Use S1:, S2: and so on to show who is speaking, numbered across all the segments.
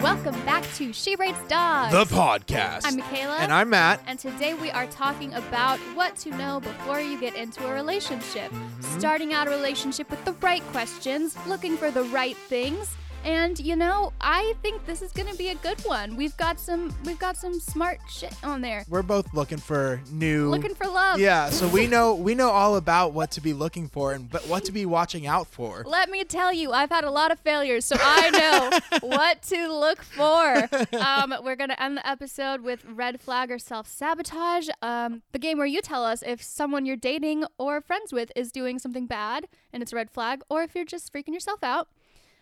S1: welcome back to She Rates Dogs.
S2: The podcast.
S1: I'm Michaela.
S2: And I'm Matt.
S1: And today we are talking about what to know before you get into a relationship.
S2: Mm-hmm.
S1: Starting out a relationship with the right questions, looking for the right things. And you know, I think this is going to be a good one. We've got some we've got some smart shit on there.
S2: We're both looking for new.
S1: Looking for love.
S2: yeah, so we know we know all about what to be looking for and but what to be watching out for.
S1: Let me tell you, I've had a lot of failures, so I know what to look for. Um, we're going to end the episode with red flag or self sabotage, um, the game where you tell us if someone you're dating or friends with is doing something bad and it's a red flag, or if you're just freaking yourself out.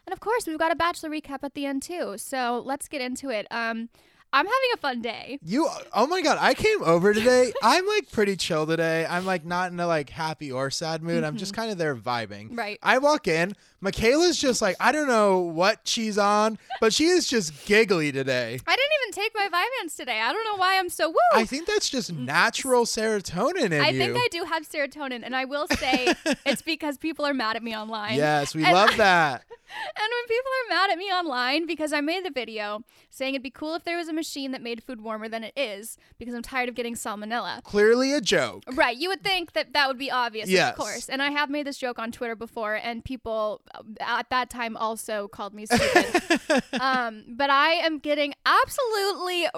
S1: And of course, we've got a bachelor recap at the end, too. So let's get into it. Um, I'm having a fun day.
S2: You oh my god, I came over today. I'm like pretty chill today. I'm like not in a like happy or sad mood. I'm just kind of there vibing.
S1: Mm-hmm. Right.
S2: I walk in, Michaela's just like I don't know what she's on, but she is just giggly today.
S1: I didn't even take my Vyvanse today. I don't know why I'm so woo.
S2: I think that's just natural serotonin in
S1: I
S2: you.
S1: think I do have serotonin, and I will say it's because people are mad at me online.
S2: Yes, we
S1: And
S2: love that.
S1: And when people are mad at me online because I made the video saying it'd be cool if there was a machine that made food warmer than it is because I'm tired of getting salmonella.
S2: Clearly a joke.
S1: Right, you would think that that would be obvious,
S2: Yes.
S1: of course. And I have made this joke on Twitter before, and people uh, at that time also called me stupid. um, but I am getting absolutely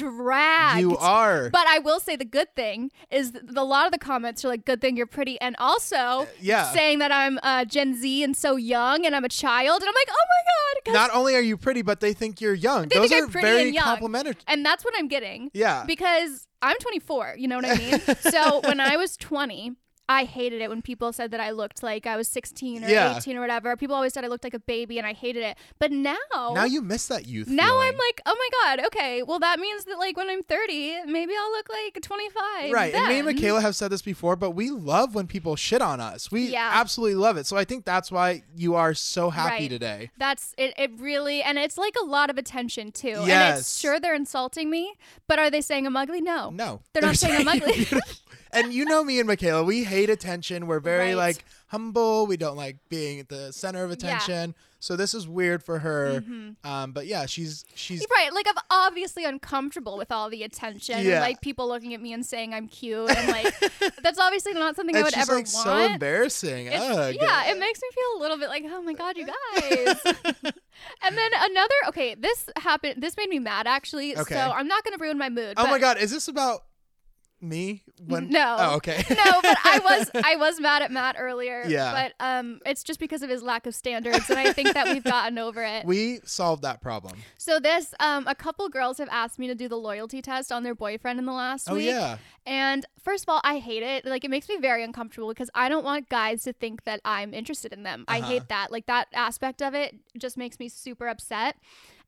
S1: dragged.
S2: You are.
S1: But I will say the good thing is th- a lot of the comments are like, "Good thing you're pretty," and
S2: Uh,
S1: also
S2: yeah.
S1: saying that I'm uh, Gen Z and so young and I'm a child, and I'm like, "Oh my god!" 'cause-
S2: Not only are you pretty, but they think you're young.
S1: They
S2: Those
S1: think
S2: are
S1: I'm pretty
S2: very
S1: and young.
S2: complimentary.
S1: and that's what I'm getting
S2: Yeah.
S1: because I'm 24. You know what I mean? so when I was 20. I hated it when people said that I looked like I was 16 or
S2: Yeah.
S1: 18 or whatever. People always said I looked like a baby and I hated it. But now,
S2: now you miss that youth.
S1: now
S2: feeling.
S1: I'm like, oh my God, okay, well, that means that like when I'm 30, maybe I'll look like 25.
S2: Right. And me and
S1: then.
S2: Michaela have said this before, but we love when people shit on us. We
S1: Yeah.
S2: absolutely love it. So I think that's why you are so happy
S1: Right.
S2: today.
S1: That's it, it really and it's like a lot of attention too. And
S2: Yes.
S1: it's sure they're insulting me, but are they saying I'm ugly? No.
S2: No.
S1: They're not saying I'm ugly.
S2: beautiful- and you know me and Michaela, we hate attention. We're very
S1: Right.
S2: like humble. We don't like being at the center of attention. So this is weird for her.
S1: Mm-hmm.
S2: Um, but yeah, she's she's
S1: Right, like I'm obviously uncomfortable with all the attention, and,
S2: Yeah.
S1: like people looking at me and saying I'm cute, and like that's obviously not something I
S2: and
S1: would
S2: she's
S1: ever
S2: like so
S1: want.
S2: embarrassing.
S1: It's-
S2: Ugh.
S1: yeah, it makes me feel a little bit like, oh my god, you guys. and then another, okay, this happened. This made me mad actually.
S2: Okay.
S1: So I'm not gonna ruin my mood.
S2: Oh
S1: but
S2: my god, is this about me? When
S1: No.
S2: Oh, okay.
S1: no, but I was I was mad at Matt earlier.
S2: Yeah.
S1: But um, it's just because of his lack of standards, and I think that we've gotten over it.
S2: we solved that problem.
S1: so this, um, a couple girls have asked me to do the loyalty test on their boyfriend in the last
S2: Oh
S1: week.
S2: yeah.
S1: And first of all, I hate it. Like it makes me very uncomfortable because I don't want guys to think that I'm interested in them. I
S2: Uh-huh.
S1: hate that. Like that aspect of it just makes me super upset.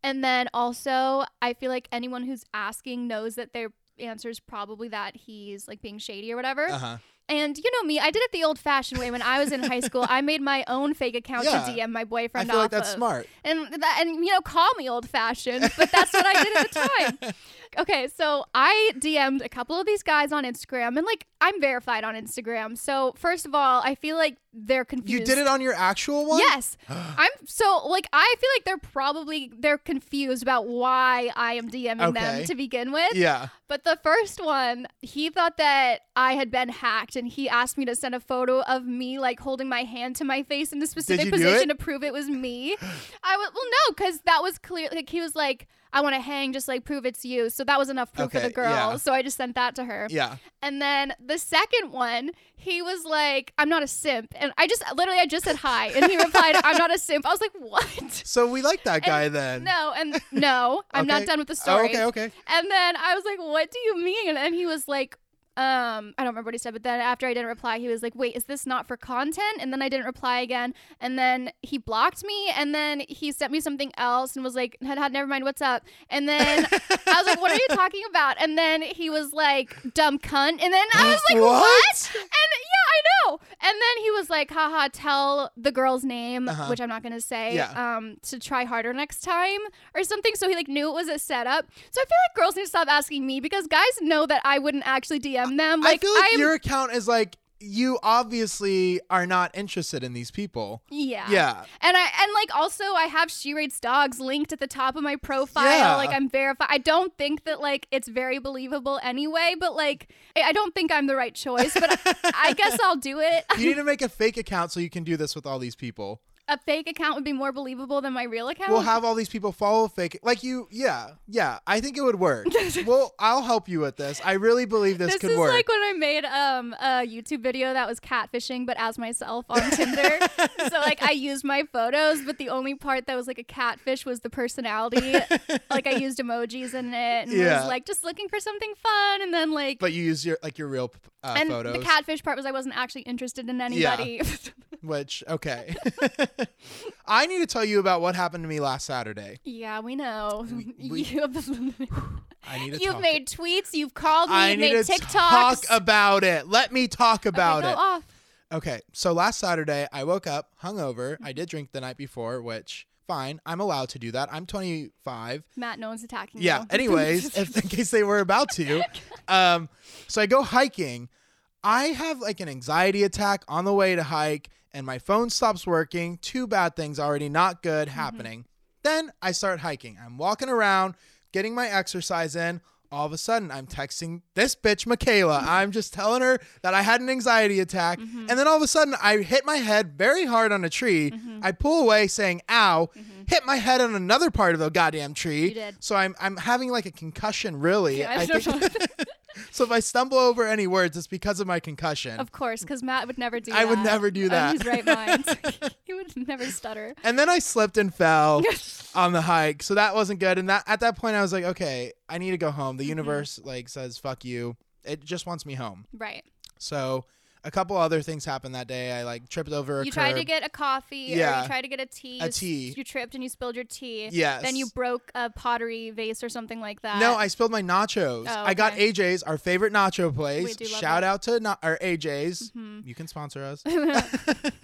S1: And then also, I feel like anyone who's asking knows that their answer is probably that he's like being shady or whatever.
S2: Uh-huh.
S1: And you know me, I did it the old-fashioned way. When I was in high school, I made my own fake account
S2: Yeah.
S1: to DM my
S2: I
S1: boyfriend
S2: feel
S1: off
S2: like that's
S1: of.
S2: smart.
S1: And that, and you know, call me old-fashioned, but that's what I did at the time. Okay, so I DM'd a couple of these guys on Instagram, and like I'm verified on Instagram. So first of all, I feel like they're confused.
S2: You did it on your actual one?
S1: Yes, I'm so like I feel like they're probably they're confused about why I am DMing
S2: Okay.
S1: them to begin with.
S2: Yeah.
S1: But the first one, he thought that I had been hacked and he asked me to send a photo of me like holding my hand to my face in a
S2: you
S1: specific
S2: do
S1: position
S2: it?
S1: to prove it was me. I was well no, because that was clear like he was like, I want to hang, just like prove it's you. So that was enough proof for
S2: Okay,
S1: the girl.
S2: yeah.
S1: So I just sent that to her.
S2: Yeah.
S1: And then the second one, he was like, I'm not a simp. And I just literally I just said hi. And he replied, I'm not a simp. I was like, What?
S2: So we like that guy
S1: And-
S2: then.
S1: No, and no, I'm
S2: Okay.
S1: not done with the
S2: Oh,
S1: story.
S2: okay, okay.
S1: And then I was like, "What do you mean?" And then he was like, "Um, I don't remember what he said." But then after I didn't reply, he was like, "Wait, is this not for content?" And then I didn't reply again. And then he blocked me. And then he sent me something else and was like, "Had had never mind. What's up?" And then I was like, "What are you talking about?" And then he was like, "Dumb cunt." And then I was like,
S2: What?
S1: "What?" And yeah, I know. And then he was like, "Haha, tell the girl's name,
S2: Uh-huh.
S1: which I'm not gonna say,
S2: Yeah.
S1: um, to try harder next time or something." So he like knew it was a setup. So I feel like girls need to stop asking me because guys know that I wouldn't actually DM them. Like
S2: I feel like
S1: am
S2: your account is like you obviously are not interested in these people.
S1: Yeah.
S2: Yeah.
S1: And I and like also I have She Rates Dogs linked at the top of my profile.
S2: Yeah.
S1: Like I'm verified. I don't think that like it's very believable anyway, but like I I don't think I'm the right choice, but I, I guess I'll do it.
S2: You need to make a fake account so you can do this with all these people.
S1: A fake account would be more believable than my real account.
S2: We'll have all these people follow fake like you yeah, yeah. I think it would work. well, I'll help you with this. I really believe this,
S1: this
S2: could
S1: is
S2: work.
S1: like when I made um a YouTube video that was catfishing but as myself on Tinder. so like I used my photos, but the only part that was like a catfish was the personality. like I used emojis in it and
S2: Yeah.
S1: was like just looking for something fun and then like
S2: but you use your like your real uh,
S1: and
S2: photos.
S1: the catfish part was I wasn't actually interested in anybody.
S2: which okay. I need to tell you about what happened to me last Saturday.
S1: yeah, we know.
S2: We- we-
S1: you
S2: I need to
S1: you've
S2: talk
S1: made tweets, you've called me,
S2: I
S1: you've
S2: need
S1: made
S2: to
S1: TikToks.
S2: talk about it. Let me talk about
S1: okay,
S2: it.
S1: Go off.
S2: Okay, so last Saturday I woke up hungover. I did drink the night before, which fine, I'm allowed to do that. I'm 25.
S1: Matt, no one's attacking you.
S2: Yeah. Anyways, if, in case they were about to, um, so I go hiking. I have like an anxiety attack on the way to hike, and my phone stops working. Two bad things already, not good,
S1: Mm-hmm.
S2: happening. Then I start hiking. I'm walking around, getting my exercise in. All of a sudden, I'm texting this bitch, Michaela. I'm just telling her that I had an anxiety attack.
S1: Mm-hmm.
S2: And then all of a sudden, I hit my head very hard on a tree.
S1: Mm-hmm.
S2: I pull away saying, ow, hit my head on another part of the goddamn tree.
S1: You did.
S2: So I'm, I'm having like a concussion, really.
S1: Yeah, I
S2: I
S1: don't
S2: think- so if I stumble over any words, it's because of my concussion.
S1: Of course, because Matt would never do that.
S2: I would never do
S1: On
S2: that.
S1: his right mind. he would never stutter.
S2: and then I slipped and fell on the hike. So that wasn't good. And that at that point I was like, okay, I need to go home.
S1: Mm-hmm.
S2: The universe like says fuck you. It just wants me home.
S1: Right.
S2: So a couple other things happened that day. I like tripped over a
S1: You tried to
S2: curb.
S1: get a coffee or
S2: Yeah.
S1: you tried to get a tea.
S2: A
S1: you s-
S2: tea.
S1: You tripped and you spilled your tea.
S2: Yes.
S1: Then you broke a pottery vase or something like that.
S2: No, I spilled my nachos.
S1: Oh,
S2: I got
S1: okay.
S2: AJ's, our favorite nacho place.
S1: do love
S2: Shout
S1: it.
S2: out to na- our AJ's.
S1: Mm-hmm.
S2: You can sponsor us.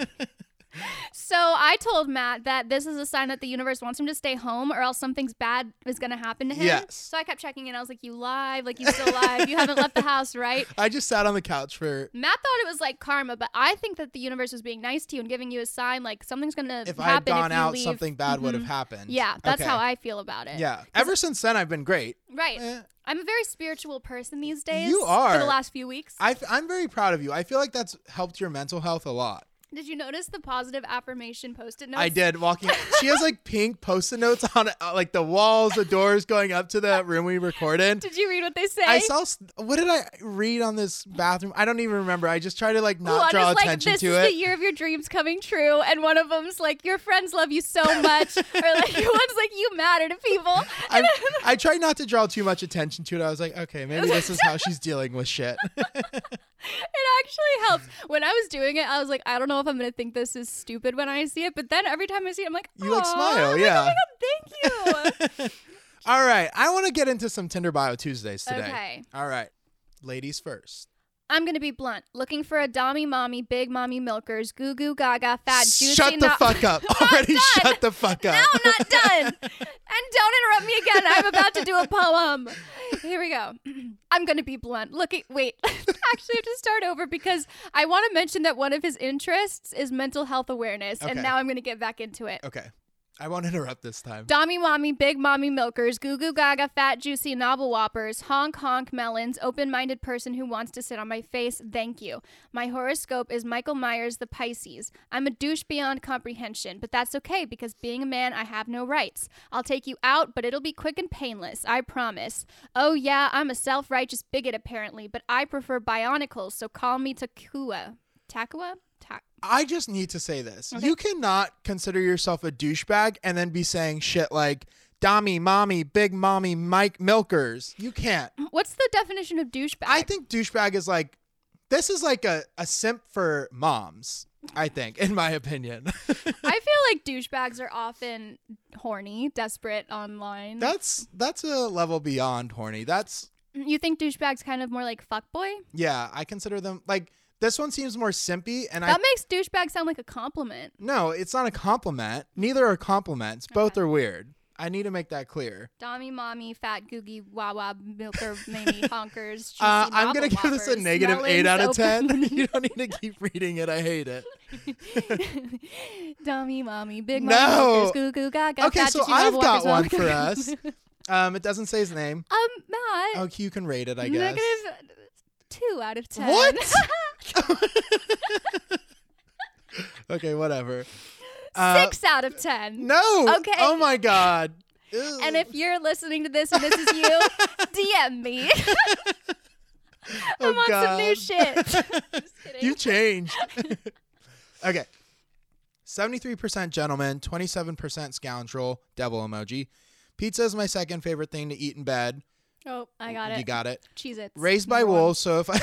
S1: So I told Matt that this is a sign that the universe wants him to stay home or else something's bad is going to happen to him.
S2: Yes.
S1: So I kept checking in. I was like, you live? Like, you still live? You haven't left the house, right?
S2: I just sat on the couch for
S1: Matt thought it was like karma, but I think that the universe was being nice to you and giving you a sign like something's going to
S2: if
S1: happen
S2: I had gone
S1: if you
S2: out,
S1: leave. Mm-hmm.
S2: something bad would have happened.
S1: Yeah, that's how
S2: Okay.
S1: I feel about it.
S2: Yeah. Ever since then, I've been great.
S1: Right.
S2: Eh.
S1: I'm a very spiritual person these days.
S2: You
S1: For the
S2: are.
S1: last few weeks.
S2: I f- I'm very proud of you. I feel like that's helped your mental health a lot.
S1: Did you notice the positive affirmation post-it notes?
S2: I did walking. she has like pink post-it notes on uh, like the walls, the doors going up to the room we record in.
S1: Did you read what they say?
S2: I saw. s- What did I read on this bathroom? I don't even remember. I just try to like
S1: Ooh,
S2: not
S1: I'm
S2: draw
S1: just like,
S2: attention
S1: this
S2: to
S1: is
S2: it.
S1: the year of your dreams coming true, and one of them's like, your friends love you so much, or like, one's like, you matter to people.
S2: I, I try not to draw too much attention to it. I was like, okay, maybe this is how she's dealing with shit.
S1: It actually helps. When I was doing it, I was like, I don't know if I'm gonna think this is stupid when I see it, but then every time I see it, I'm like,
S2: You, like,
S1: "Aw."
S2: smile,
S1: I'm
S2: yeah.
S1: Like, oh my god, thank you.
S2: All right, I want to get into some Tinder bio Tuesdays today.
S1: Okay.
S2: All right, ladies first.
S1: I'm gonna be blunt. Looking for a dommy mommy, big mommy milkers, goo goo gaga, fat juicy.
S2: Shut the
S1: no-
S2: fuck up. Already shut the fuck up.
S1: No, I'm not done. and don't interrupt me again. I'm about to do a poem. Here we go. I'm gonna be blunt. Look at wait. Actually, I have to start over because I want to mention that one of his interests is mental health awareness, and
S2: Okay.
S1: now I'm gonna get back into it.
S2: okay. I won't interrupt this time.
S1: Dommy Mommy, Big Mommy Milkers, Goo Goo Gaga, Fat Juicy, Novel Whoppers, Honk Honk Melons, Open Minded Person Who Wants to Sit on My Face, thank you. My horoscope is Michael Myers, the Pisces. I'm a douche beyond comprehension, but that's okay because being a man, I have no rights. I'll take you out, but it'll be quick and painless, I promise. Oh, yeah, I'm a self righteous bigot apparently, but I prefer bionicles, so call me Takua. Takua? Ta-
S2: I just need to say this. You cannot consider yourself a douchebag and then be saying shit like Dommy, Mommy, Big Mommy, Mike Milkers. You can't.
S1: What's the definition of douchebag?
S2: I think douchebag is like this is like a, a simp for moms, I think, in my opinion.
S1: I feel like douchebags are often horny, desperate online.
S2: that's that's a level beyond horny. That's
S1: you think douchebags kind of more like fuckboy?
S2: yeah, I consider them like this one seems more simpy and I
S1: That makes douchebag sound like a compliment.
S2: No, it's not a compliment. Neither are compliments. Both are weird. I need to make that clear.
S1: Dommy, mommy, fat, googie, wawa, milker, mamie, honkers. Juicy
S2: Uh, I'm
S1: novel
S2: gonna give this a
S1: whoppers,
S2: negative
S1: smelling
S2: eight out of
S1: soap.
S2: ten. you don't need to keep reading it. I hate it.
S1: Dummy, mommy, big
S2: No.
S1: mommy, hookers, goo goo gaga.
S2: Okay,
S1: fat
S2: so
S1: juicy
S2: I've
S1: novel
S2: got
S1: whoppers,
S2: one
S1: whoppers.
S2: for us. Um, it doesn't say his name.
S1: um, Matt,
S2: Oh, you can rate it, I guess.
S1: negative two out of ten.
S2: What? okay, whatever. Uh,
S1: Six out of ten.
S2: No.
S1: Okay.
S2: Oh my god.
S1: And if you're listening to this and this is you, DM me. I want some new shit. Just kidding.
S2: Oh, you changed. okay. 73% gentleman, 27% scoundrel, devil emoji. Pizza is my second favorite thing to eat in bed.
S1: oh, I got it.
S2: You got it.
S1: Cheese it.
S2: Raised by wolves, so if I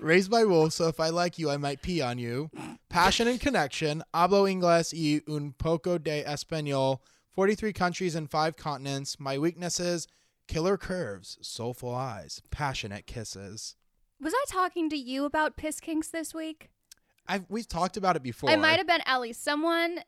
S2: Raised by wolves, so if I like you, I might pee on you. Passion and connection. Hablo inglés y un poco de español. 43 countries and 5 continents. My weaknesses, killer curves, soulful eyes, passionate kisses.
S1: Was I talking to you about piss kinks this week?
S2: I've, we've talked about it before.
S1: I might have been Ellie. Someone,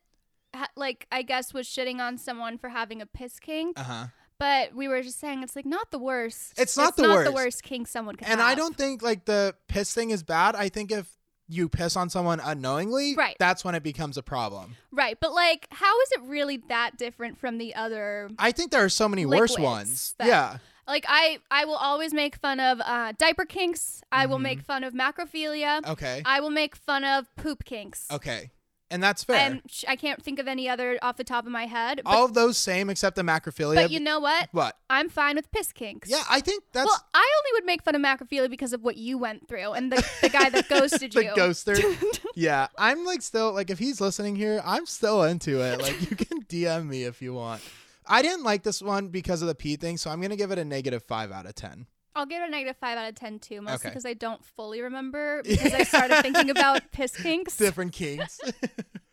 S1: ha- like, I guess was shitting on someone for having a piss kink,
S2: Uh-huh.
S1: but we were just saying it's like not the worst.
S2: It's not the
S1: the
S2: worst.
S1: worst kink someone could
S2: And
S1: have.
S2: I don't think like the piss thing is bad. I think if you piss on someone unknowingly,
S1: Right.
S2: that's when it becomes a problem.
S1: Right, but like, how is it really that different from the other?
S2: I think there are so many worse
S1: Liquids
S2: ones.
S1: that-
S2: yeah.
S1: Like, I I will always make fun of uh, diaper kinks. I will make fun of macrophilia.
S2: Mm-hmm. Okay.
S1: I will make fun of poop kinks.
S2: okay. And that's fair. Oh,
S1: And sh- I can't think of any other off the top of my head. But,
S2: All of those same except the macrophilia.
S1: but you know what?
S2: what?
S1: I'm fine with piss kinks.
S2: Yeah, I think that's
S1: Well, I only would make fun of macrophilia because of what you went through and the, the guy that ghosted
S2: the
S1: you.
S2: ghoster. yeah. I'm like still like if he's listening here, I'm still into it. Like you can DM me if you want. I didn't like this one because of the pee thing, so I'm gonna give it a negative five out of ten.
S1: I'll give it a negative five out of ten too, mostly
S2: Okay.
S1: because I don't fully remember because I started thinking about piss kinks.
S2: Different kinks.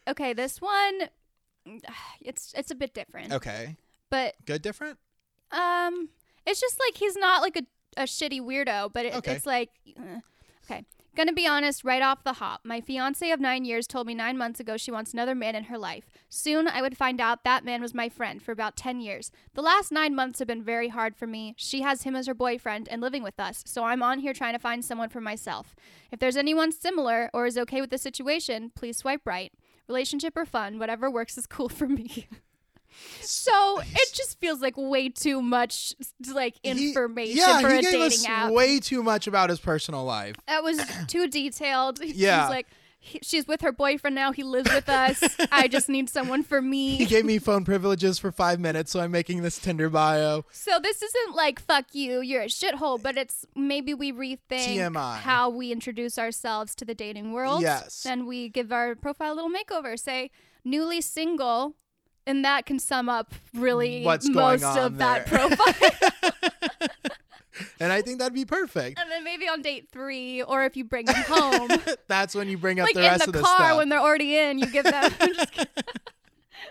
S1: Okay, this one, it's it's a bit different,
S2: okay.
S1: but
S2: Good different?
S1: um, it's just like he's not like a, a shitty weirdo, but it,
S2: Okay.
S1: it's like. uh, okay, Gonna be honest right off the hop. My fiance of nine years told me nine months ago she wants another man in her life. Soon I would find out that man was my friend for about 10 years. The last nine months have been very hard for me. She has him as her boyfriend and living with us, so I'm on here trying to find someone for myself. If there's anyone similar or is okay with the situation, please swipe right. Relationship or fun, whatever works is cool for me. so it just feels like way too much like
S2: He-
S1: information
S2: yeah,
S1: for
S2: he
S1: a
S2: gave
S1: dating
S2: us
S1: app.
S2: Way too much about his personal life.
S1: That was too detailed.
S2: Yeah.
S1: She's like, he, she's with her boyfriend now. He lives with us. I just need someone for
S2: He
S1: me.
S2: gave me phone privileges for five minutes, so I'm making this Tinder bio.
S1: So this isn't like fuck you, you're a shithole, but it's maybe we rethink
S2: TMI.
S1: how we introduce ourselves to the dating world.
S2: Yes.
S1: And we give our profile a little makeover. Say newly single, and that can sum up really
S2: What's going
S1: most
S2: on
S1: of that
S2: there.
S1: profile.
S2: And I think that'd be perfect.
S1: and then maybe on date three, or if you bring them home,
S2: That's when you bring up
S1: like
S2: the
S1: in
S2: rest
S1: the
S2: of the
S1: car
S2: stuff.
S1: when they're already in, you give them I'm just kidding.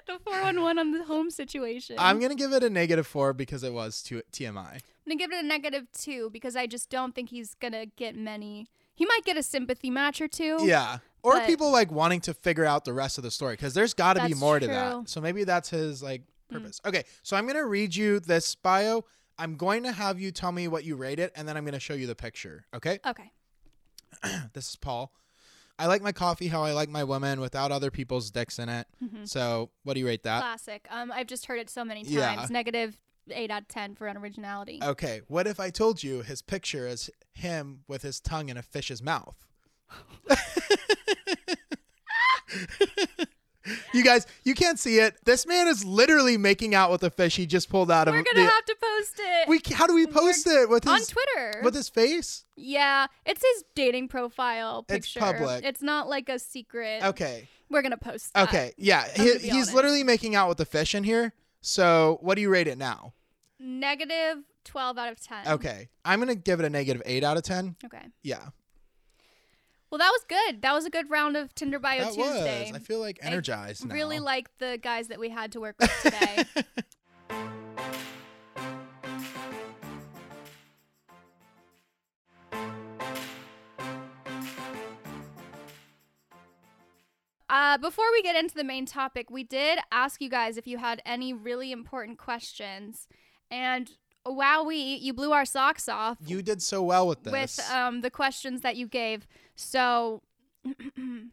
S1: the four one one on the home situation.
S2: I'm gonna give it a negative four because it was too TMI.
S1: I'm gonna give it a negative two because I just don't think he's gonna get many. He might get a sympathy match or two.
S2: Yeah. Or
S1: But-
S2: people like wanting to figure out the rest of the story because there's got to be
S1: That's
S2: more to
S1: true. Mm.
S2: that. So maybe that's his like purpose. Okay, so I'm gonna read you this bio. I'm going to have you tell me what you rate it, and then I'm gonna show you the picture. Okay.
S1: Okay.
S2: This is Paul. I like my coffee how I like my women without other people's dicks in it.
S1: Mm-hmm.
S2: So what do you rate that?
S1: Classic. Um, I've just heard it so many times.
S2: Uh, Yeah.
S1: Negative eight out of ten for unoriginality.
S2: Okay. What if I told you his picture is him with his tongue in a fish's mouth? you guys, you can't see it. This man is literally making out with a fish he just pulled out of.
S1: We're gonna
S2: the-
S1: have to post it
S2: we ca- how do we post it with
S1: on
S2: his
S1: Twitter.
S2: with his face?
S1: yeah, it's his dating profile
S2: It's
S1: picture.
S2: public.
S1: It's not like a secret.
S2: Okay.
S1: We're gonna post. that.
S2: Okay. Yeah.
S1: Uh, I'm
S2: He,
S1: gonna be
S2: he's
S1: honest.
S2: literally making out with a fish in here. So what do you rate it now?
S1: Negative twelve out of ten.
S2: Okay. I'm gonna give it a negative eight out of ten.
S1: Okay.
S2: Yeah.
S1: Well, that was good. That was a good round of Tinder Bio
S2: That
S1: Tuesday.
S2: was. I feel like
S1: I
S2: energized now.
S1: Really like the guys that we had to work with today. Uh, before we get into the main topic, we did ask you guys if you had any really important questions, and wowee, you blew our socks off
S2: You did so well with this.
S1: with um, the questions that you gave. So
S2: Can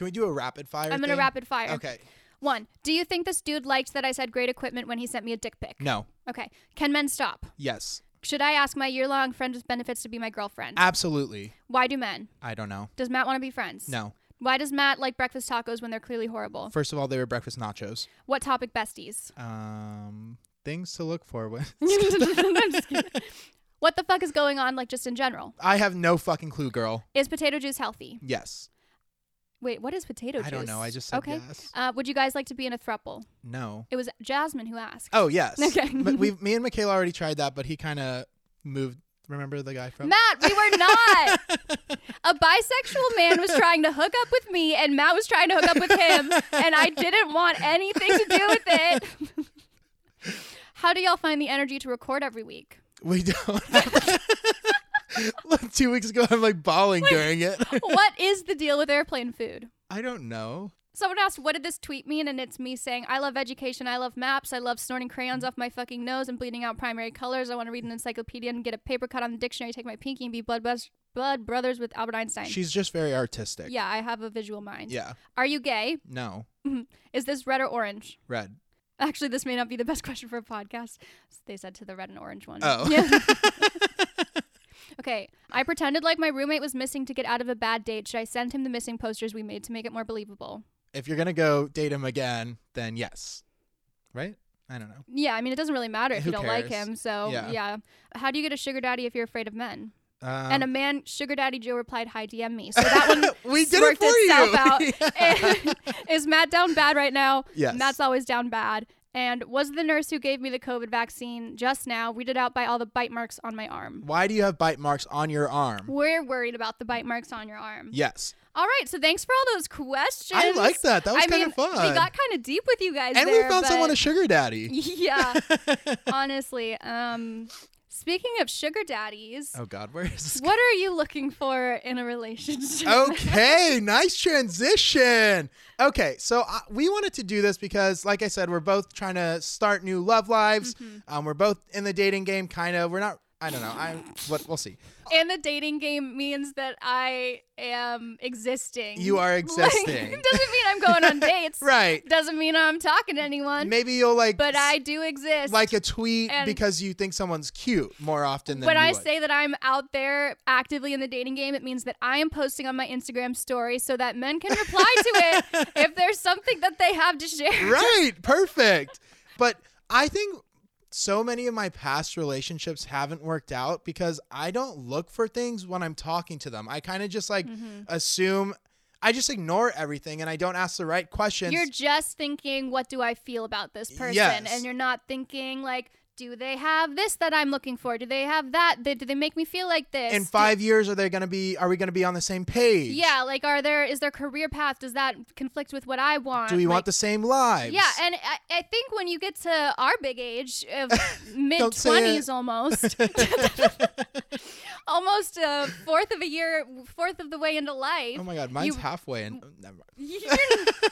S2: we do a rapid fire?
S1: I'm gonna
S2: thing?
S1: rapid fire.
S2: Okay.
S1: One, do you think this dude liked that I said great equipment when he sent me a dick pic?
S2: No.
S1: Okay. Can men stop?
S2: Yes.
S1: Should I ask my year long friend with benefits to be my
S2: Ah.
S1: girlfriend?
S2: Absolutely.
S1: Why do men?
S2: I don't know.
S1: Does Matt want to be friends?
S2: No.
S1: Why does Matt like breakfast tacos when they're clearly horrible?
S2: First of all, they were breakfast nachos.
S1: What topic besties?
S2: Um, things to look for. When
S1: I'm just kidding. What the fuck is going on, like just in general?
S2: I have no fucking clue, girl.
S1: Is potato juice healthy?
S2: Yes.
S1: Wait, what is potato juice?
S2: I don't know. I just said
S1: okay.
S2: yes.
S1: Uh, would you guys like to be in a throuple?
S2: No.
S1: It was Jasmine who asked.
S2: Oh yes.
S1: Okay.
S2: M- we me and Michaela already tried that, but he kind of moved. Remember the guy from?
S1: Matt, we were not. a bisexual man was trying to hook up with me, and Matt was trying to hook up with him, and I didn't want anything to do with it. How do y'all find the energy to record every week?
S2: we don't. have- Like, Two weeks ago, I'm like bawling during it.
S1: What is the deal with airplane food?
S2: I don't know.
S1: Someone asked, What did this tweet mean? And it's me saying, I love education. I love maps. I love snorting crayons off my fucking nose and bleeding out primary colors. I want to read an encyclopedia and get a paper cut on the dictionary, take my pinky and be blood, bus- blood brothers with Albert Einstein.
S2: She's just very artistic.
S1: yeah, I have a visual mind.
S2: Yeah.
S1: Are you gay?
S2: No.
S1: Is this red or orange?
S2: Red.
S1: Actually, this may not be the best question for a podcast. They said to the red and orange one.
S2: Oh.
S1: Yeah. okay. I pretended like my roommate was missing to get out of a bad date. Should I send him the missing posters we made to make it more believable?
S2: If you're gonna go date him again, then yes. Right? I don't know.
S1: Yeah, I mean, it doesn't really matter if
S2: Who
S1: you don't like
S2: cares?
S1: him. So,
S2: Yeah.
S1: yeah. How do you get a sugar daddy if you're afraid of men?
S2: Um,
S1: and a man, Sugar Daddy Joe replied, Hi, DM me. So that one
S2: we did it
S1: worked
S2: for you.
S1: itself out. Is Matt down bad right now?
S2: Yes.
S1: Matt's always down bad. And was the nurse who gave me the COVID vaccine just now weeded out by all the bite marks on my arm?
S2: Why do you have bite marks on your arm?
S1: We're worried about the bite marks on your arm.
S2: Yes.
S1: All right, so thanks for all those questions.
S2: I like that. That was
S1: I
S2: kind
S1: mean,
S2: of fun.
S1: We got kind of deep with you guys,
S2: and we
S1: there,
S2: found someone
S1: but-
S2: a sugar daddy.
S1: yeah, honestly. Um, speaking of sugar daddies,
S2: oh God, where is this?
S1: what are you looking for in a relationship?
S2: Oh. okay, nice transition. Okay, so uh, we wanted to do this because, like I said, we're both trying to start new love lives.
S1: Mm-hmm.
S2: Um, we're both in the dating game, kind of. We're not. I don't know. I what we'll see.
S1: and the dating game means that I am existing.
S2: You are
S1: Like,
S2: existing.
S1: doesn't mean I'm going on dates.
S2: Right.
S1: Doesn't mean I'm talking to anyone.
S2: Maybe you'll like,
S1: but
S2: s-
S1: I do exist.
S2: like a tweet
S1: and-
S2: because you think someone's cute more often than
S1: when
S2: you
S1: I
S2: would.
S1: say that I'm out there actively in the dating game, it means that I am posting on my Instagram story so that men can reply to it if there's something that they have to share.
S2: right perfect but i think so many of my past relationships haven't worked out because i don't look for things when i'm talking to them i kind of just like
S1: Mm-hmm.
S2: assume i just ignore everything and i don't ask the right questions
S1: You're just thinking, what do I feel about this person?
S2: Yes.
S1: And you're not thinking, like, do they have this that I'm looking for? Do they have that? They- Do they make me feel like this?
S2: in
S1: Do-
S2: five years are they gonna be are we gonna be on the same page
S1: yeah, like, are there, is their career path, does that conflict with what I want?
S2: do we
S1: Like,
S2: want the same lives
S1: Yeah, and I, I think when you get to our big age of mid
S2: Don't say
S1: twenties,
S2: it.
S1: almost, almost a fourth of a year, fourth of the way into life,
S2: oh my god mine's
S1: you-
S2: halfway and never mind.
S1: you,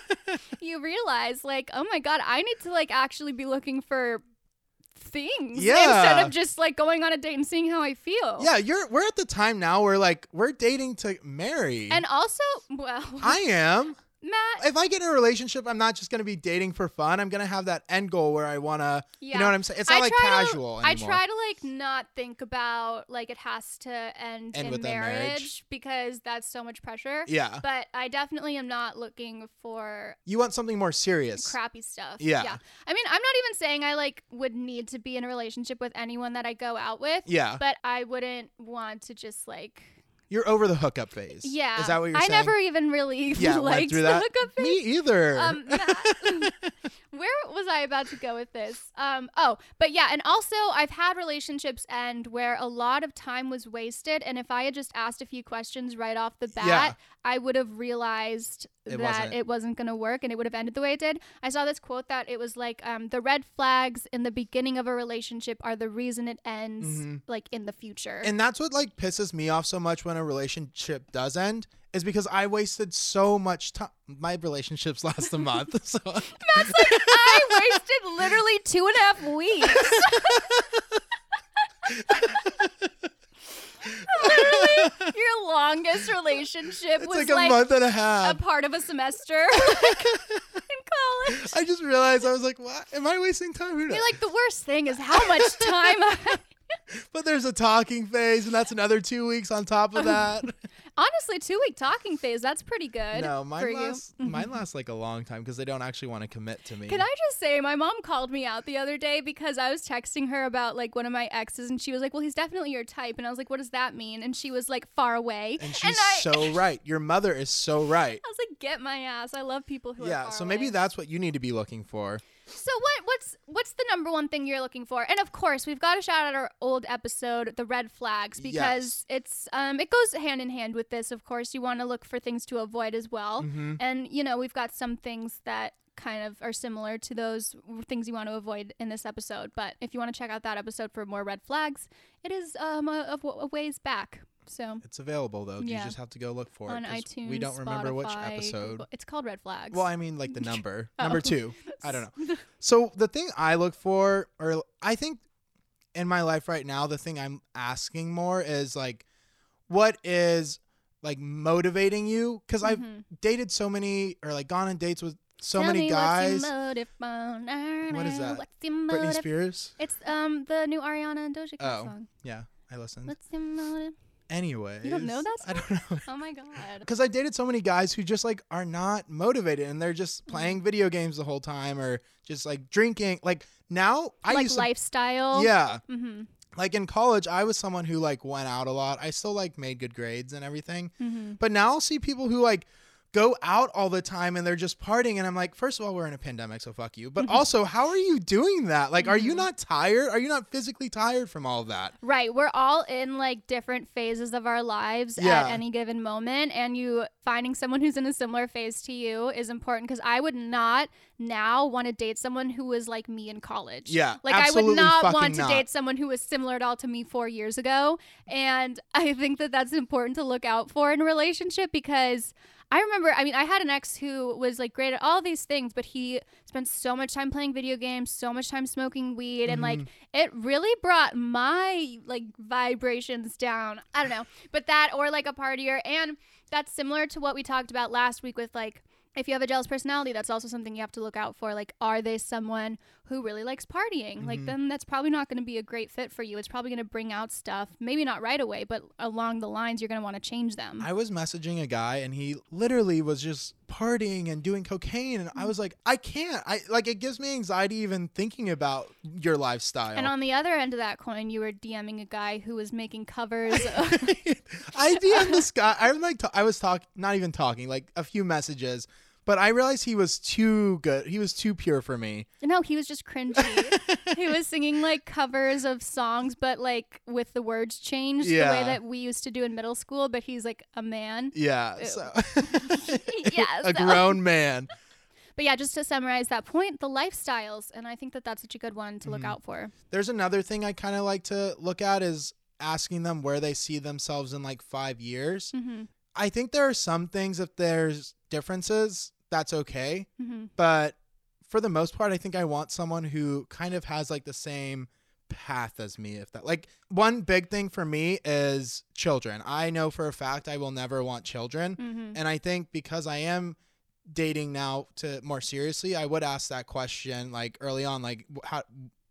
S1: you realize like, oh my god, I need to like actually be looking for things
S2: Yeah.
S1: instead of just like going on a date and seeing how I feel.
S2: yeah you're we're at the time now where like we're dating to marry
S1: and also, well,
S2: i am
S1: Matt,
S2: if I get in a relationship, I'm not just gonna be dating for fun. I'm gonna have that end goal where I wanna, you know
S1: Yeah.
S2: what I'm saying? It's not like
S1: try to-
S2: casual anymore.
S1: I try to like not think about like it has to end,
S2: End
S1: in
S2: with a
S1: marriage,
S2: marriage.
S1: because that's so much pressure.
S2: Yeah,
S1: But I definitely am not looking for
S2: you want something more serious.
S1: crappy stuff.
S2: Yeah.
S1: I mean, I'm not even saying I like would need to be in a relationship with anyone that I go out with.
S2: Yeah,
S1: But I wouldn't want to just like
S2: you're over the hookup phase.
S1: yeah.
S2: is that what you're
S1: I
S2: saying?
S1: never even really
S2: yeah went
S1: liked
S2: through
S1: the
S2: that.
S1: hookup thing.
S2: Me either.
S1: Um, Matt, where was I about to go with this? Um, oh, but yeah, and also I've had relationships end where a lot of time was wasted, and if I had just asked a few questions right off the bat,
S2: Yeah.
S1: I would have realized
S2: It
S1: that
S2: wasn't.
S1: it wasn't going to work, and it would have ended the way it did. I saw this quote that it was like um, the red flags in the beginning of a relationship are the reason it ends,
S2: Mhm.
S1: like in the future.
S2: and that's what like pisses me off so much when a a relationship does end is because I wasted so much time. My relationships last a month, so
S1: I wasted literally two and a half weeks. literally, your longest relationship
S2: it's
S1: was
S2: like
S1: like,
S2: a month and a
S1: a
S2: half.
S1: part of a semester like, in college.
S2: I just realized I was like, "What? Am I wasting time?" Who knows?
S1: You're like the worst thing is how much time. I...
S2: but there's a talking phase, and that's another two weeks on top of that.
S1: Honestly, two week talking phase. That's pretty good.
S2: no,
S1: for
S2: mine
S1: you.
S2: lasts mine lasts like a long time because they don't actually want to commit to me.
S1: Mm-hmm. Can I just say, my mom called me out the other day because I was texting her about like one of my exes, and she was like, "Well, he's definitely your type," and I was like, "What does that mean?" And she was like, "Far away."
S2: and she's
S1: and I,
S2: so right. Your mother is so right.
S1: I was like, "Get my ass! I love people who are."
S2: Yeah,
S1: far
S2: so maybe
S1: away."
S2: that's what you need to be looking for.
S1: So what? What's what's the number one thing you're looking for? And of course, we've got to shout out our old episode, the red flags, because it's um it goes hand in hand with this. Of course, you want to look for things to avoid as well,
S2: Mhm.
S1: and you know we've got some things that kind of are similar to those things you want to avoid in this episode. But if you want to check out that episode for more red flags, it is um a, a- a ways back. So
S2: It's available though. You
S1: Yeah.
S2: just have to go look for
S1: on
S2: it. 'cause
S1: iTunes,
S2: we don't remember which
S1: Spotify,
S2: episode.
S1: Google- It's called Red Flags.
S2: Well, I mean like the number.
S1: Oh.
S2: Number 2. I don't know. So the thing I look for or I think in my life right now the thing I'm asking more is like what is like motivating you because I've
S1: Mhm.
S2: dated so many or like gone on dates with so
S1: Tell
S2: many
S1: me
S2: guys.
S1: What's your motive, Mona?
S2: What is that?
S1: What's your
S2: Britney
S1: motive?
S2: Spears.
S1: It's um the new Ariana and Doja Cat
S2: Oh.
S1: song.
S2: Yeah, I listened.
S1: What's your motive?
S2: Anyway,
S1: that
S2: I don't know.
S1: Oh my god.
S2: because I dated so many guys who just like are not motivated and they're
S1: Mm-hmm.
S2: just playing video games the whole time or just like drinking. Like now, I
S1: like
S2: used
S1: lifestyle.
S2: to, yeah.
S1: Mm-hmm.
S2: Like in college, I was someone who like went out a lot. I still like made good grades and everything.
S1: Mm-hmm.
S2: But now I'll see people who like go out all the time and they're just partying and I'm like, first of all, we're in a pandemic, so fuck you.
S1: Mm-hmm.
S2: But also, how are you doing that? Like, are you
S1: Mhm.
S2: not tired? Are you not physically tired from all that?
S1: Right. We're all in like different phases of our lives
S2: Yeah.
S1: at any given moment. And you finding someone who's in a similar phase to you is important because I would not now want to date someone who was like me in college.
S2: Yeah,
S1: Like I would
S2: absolutely
S1: not
S2: fucking
S1: want to
S2: not.
S1: date someone who was similar at all to me four years ago. And I think that that's important to look out for in a relationship because I remember, I mean, I had an ex who was like great at all these things, but he spent so much time playing video games, so much time smoking weed, and like
S2: Mm-hmm.
S1: it really brought my like vibrations down. I don't know, but that or like a partier, and that's similar to what we talked about last week with like. If you have a jealous personality, that's also something you have to look out for. Like, are they someone who really likes partying? Like,
S2: Mhm.
S1: then that's probably not going to be a great fit for you. It's probably going to bring out stuff, maybe not right away, but along the lines, you're going to want to change them.
S2: I was messaging a guy and he literally was just partying and doing cocaine and I was like, I can't. I like it gives me anxiety even thinking about your lifestyle.
S1: And on the other end of that coin, you were DMing a guy who was making covers. of-
S2: I DM this guy. I'm like, t- I was talking, not even talking, like a few messages, but I realized he was too good. He was too pure for me.
S1: no, he was just cringy. he was singing like covers of songs, but like with the words changed the
S2: Yeah.
S1: way that we used to do in middle school. But he's like a man.
S2: Yeah.
S1: Ew.
S2: So.
S1: Yeah,
S2: a
S1: so-
S2: grown man.
S1: But yeah, just to summarize that point, the lifestyles, and I think that that's such a good one to look
S2: Mhm.
S1: out for.
S2: There's another thing I kind of like to look at is asking them where they see themselves in like five years.
S1: hmm
S2: I think there are some things if there's differences, that's okay.
S1: hmm
S2: But for the most part, I think I want someone who kind of has like the same path as me. If that, like, one big thing for me is children. I know for a fact I will never want children.
S1: hmm
S2: And I think because I am dating now to more seriously, I would ask that question like early on, like, wh- how,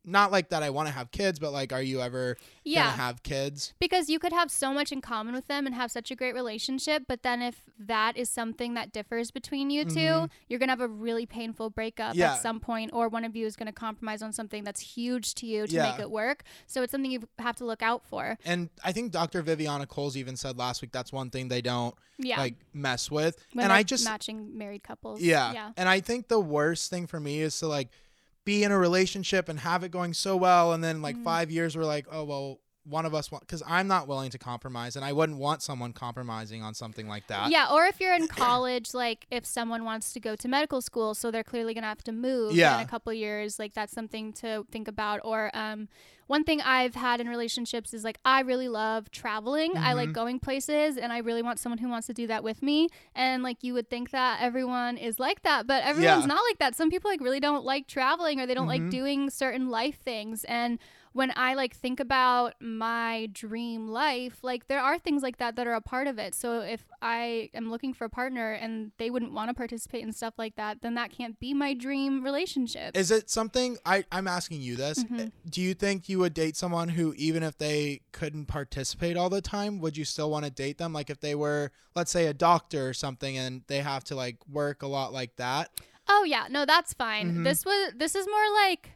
S2: not like that I want to have kids, but like, are you ever
S1: Yeah.
S2: going to have kids?
S1: because you could have so much in common with them and have such a great relationship but then if that is something that differs between you 2
S2: Mhm.
S1: two you're gonna have a really painful breakup
S2: Yeah.
S1: at some point or one of you is gonna compromise on something that's huge to you to
S2: Yeah.
S1: make it work so it's something you have to look out for
S2: And I think Dr. Viviana Coles even said last week that's one thing they don't
S1: yeah
S2: like mess with.
S1: When
S2: and I
S1: they're
S2: just
S1: matching married couples
S2: Yeah.
S1: yeah
S2: And I think the worst thing for me is to like be in a relationship and have it going so well and then like
S1: Mhm.
S2: 5 years we're like, "Oh, well, one of us want because I'm not willing to compromise, and I wouldn't want someone compromising on something like that.
S1: yeah, or if you're in college, like if someone wants to go to medical school, so they're clearly gonna have to move
S2: Yeah.
S1: in a couple years, like that's something to think about. Or um, one thing I've had in relationships is like I really love traveling. I
S2: Mm-hmm.
S1: like going places, and I really want someone who wants to do that with me. And like you would think that everyone is like that, but everyone's
S2: Yeah. Mm-hmm.
S1: not like that. Some people like really don't like traveling, or they don't like doing certain life things, and when I like think about my dream life, like there are things like that that are a part of it. So if I am looking for a partner and they wouldn't want to participate in stuff like that, then that can't be my dream relationship.
S2: Is it something I, I'm asking you this? eh,
S1: Mm-hmm.
S2: Do you think you would date someone who, even if they couldn't participate all the time, would you still want to date them? Like if they were, let's say, a doctor or something, and they have to like work a lot like that.
S1: oh yeah, no, that's fine.
S2: Mhm.
S1: This was this is more like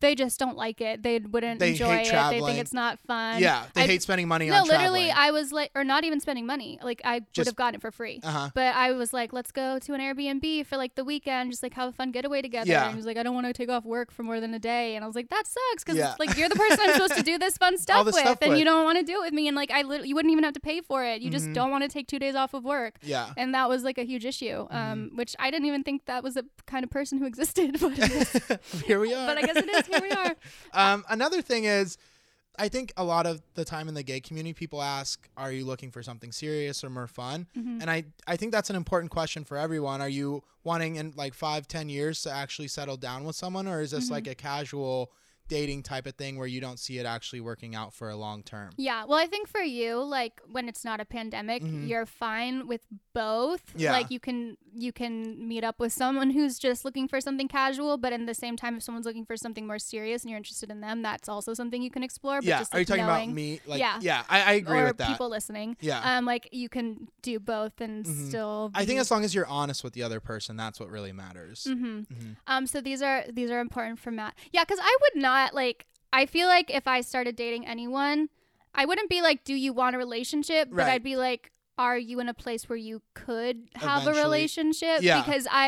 S1: they just don't like it. They wouldn't
S2: They
S1: enjoy
S2: hate
S1: it. They
S2: traveling.
S1: think it's not fun.
S2: yeah, they
S1: Um, I-
S2: hate spending money
S1: No,
S2: on
S1: literally,
S2: traveling.
S1: I was like, or not even spending money. Like I would
S2: Just-
S1: have gotten it for free.
S2: uh huh.
S1: But I was like, let's go to an Airbnb for like the weekend, just like have a fun getaway together.
S2: Yeah.
S1: And he was like, I don't want to take off work for more than a day. And I was like, that sucks because
S2: Yeah.
S1: like you're the person I'm supposed to do this fun stuff
S2: this
S1: with,
S2: stuff
S1: and
S2: with.
S1: you don't want to do it with me. And like I, lit- you wouldn't even have to pay for it. You just
S2: Mhm.
S1: don't want to take two days off of work.
S2: Yeah.
S1: And that was like a huge issue, um,
S2: Mm-hmm.
S1: which I didn't even think that was the kind of person who existed. But, it is.
S2: Here we are.
S1: but I guess it is. Here we are.
S2: Um, another thing is, I think a lot of the time in the gay community, people ask, "Are you looking for something serious or more fun?"
S1: Mhm.
S2: And I, I think that's an important question for everyone. Are you wanting in like five, ten years to actually settle down with someone, or is this
S1: Mm-hmm.
S2: like a casual dating type of thing where you don't see it actually working out for a long term?
S1: Yeah. Well, I think for you, like when it's not a pandemic,
S2: Mhm.
S1: you're fine with both.
S2: Yeah.
S1: Like you can you can meet up with someone who's just looking for something casual, but in the same time, if someone's looking for something more serious and you're interested in them, that's also something you can explore. But
S2: Yeah.
S1: Just,
S2: Are you
S1: like,
S2: talking
S1: knowing,
S2: about me? Like, yeah.
S1: Yeah.
S2: I, I agree
S1: or
S2: with that.
S1: people listening?
S2: yeah.
S1: Um, like you can do both and
S2: Mhm.
S1: still.
S2: I think
S1: be-
S2: as long as you're honest with the other person, that's what really matters.
S1: Mhm.
S2: Mhm.
S1: Um. So these are these are important for Matt. Yeah, because I would not like. I feel like if I started dating anyone, I wouldn't be like, "Do you want a relationship?" But
S2: Right.
S1: I'd be like, "Are you in a place where you could have
S2: Eventually.
S1: a relationship?"
S2: Yeah.
S1: Because I.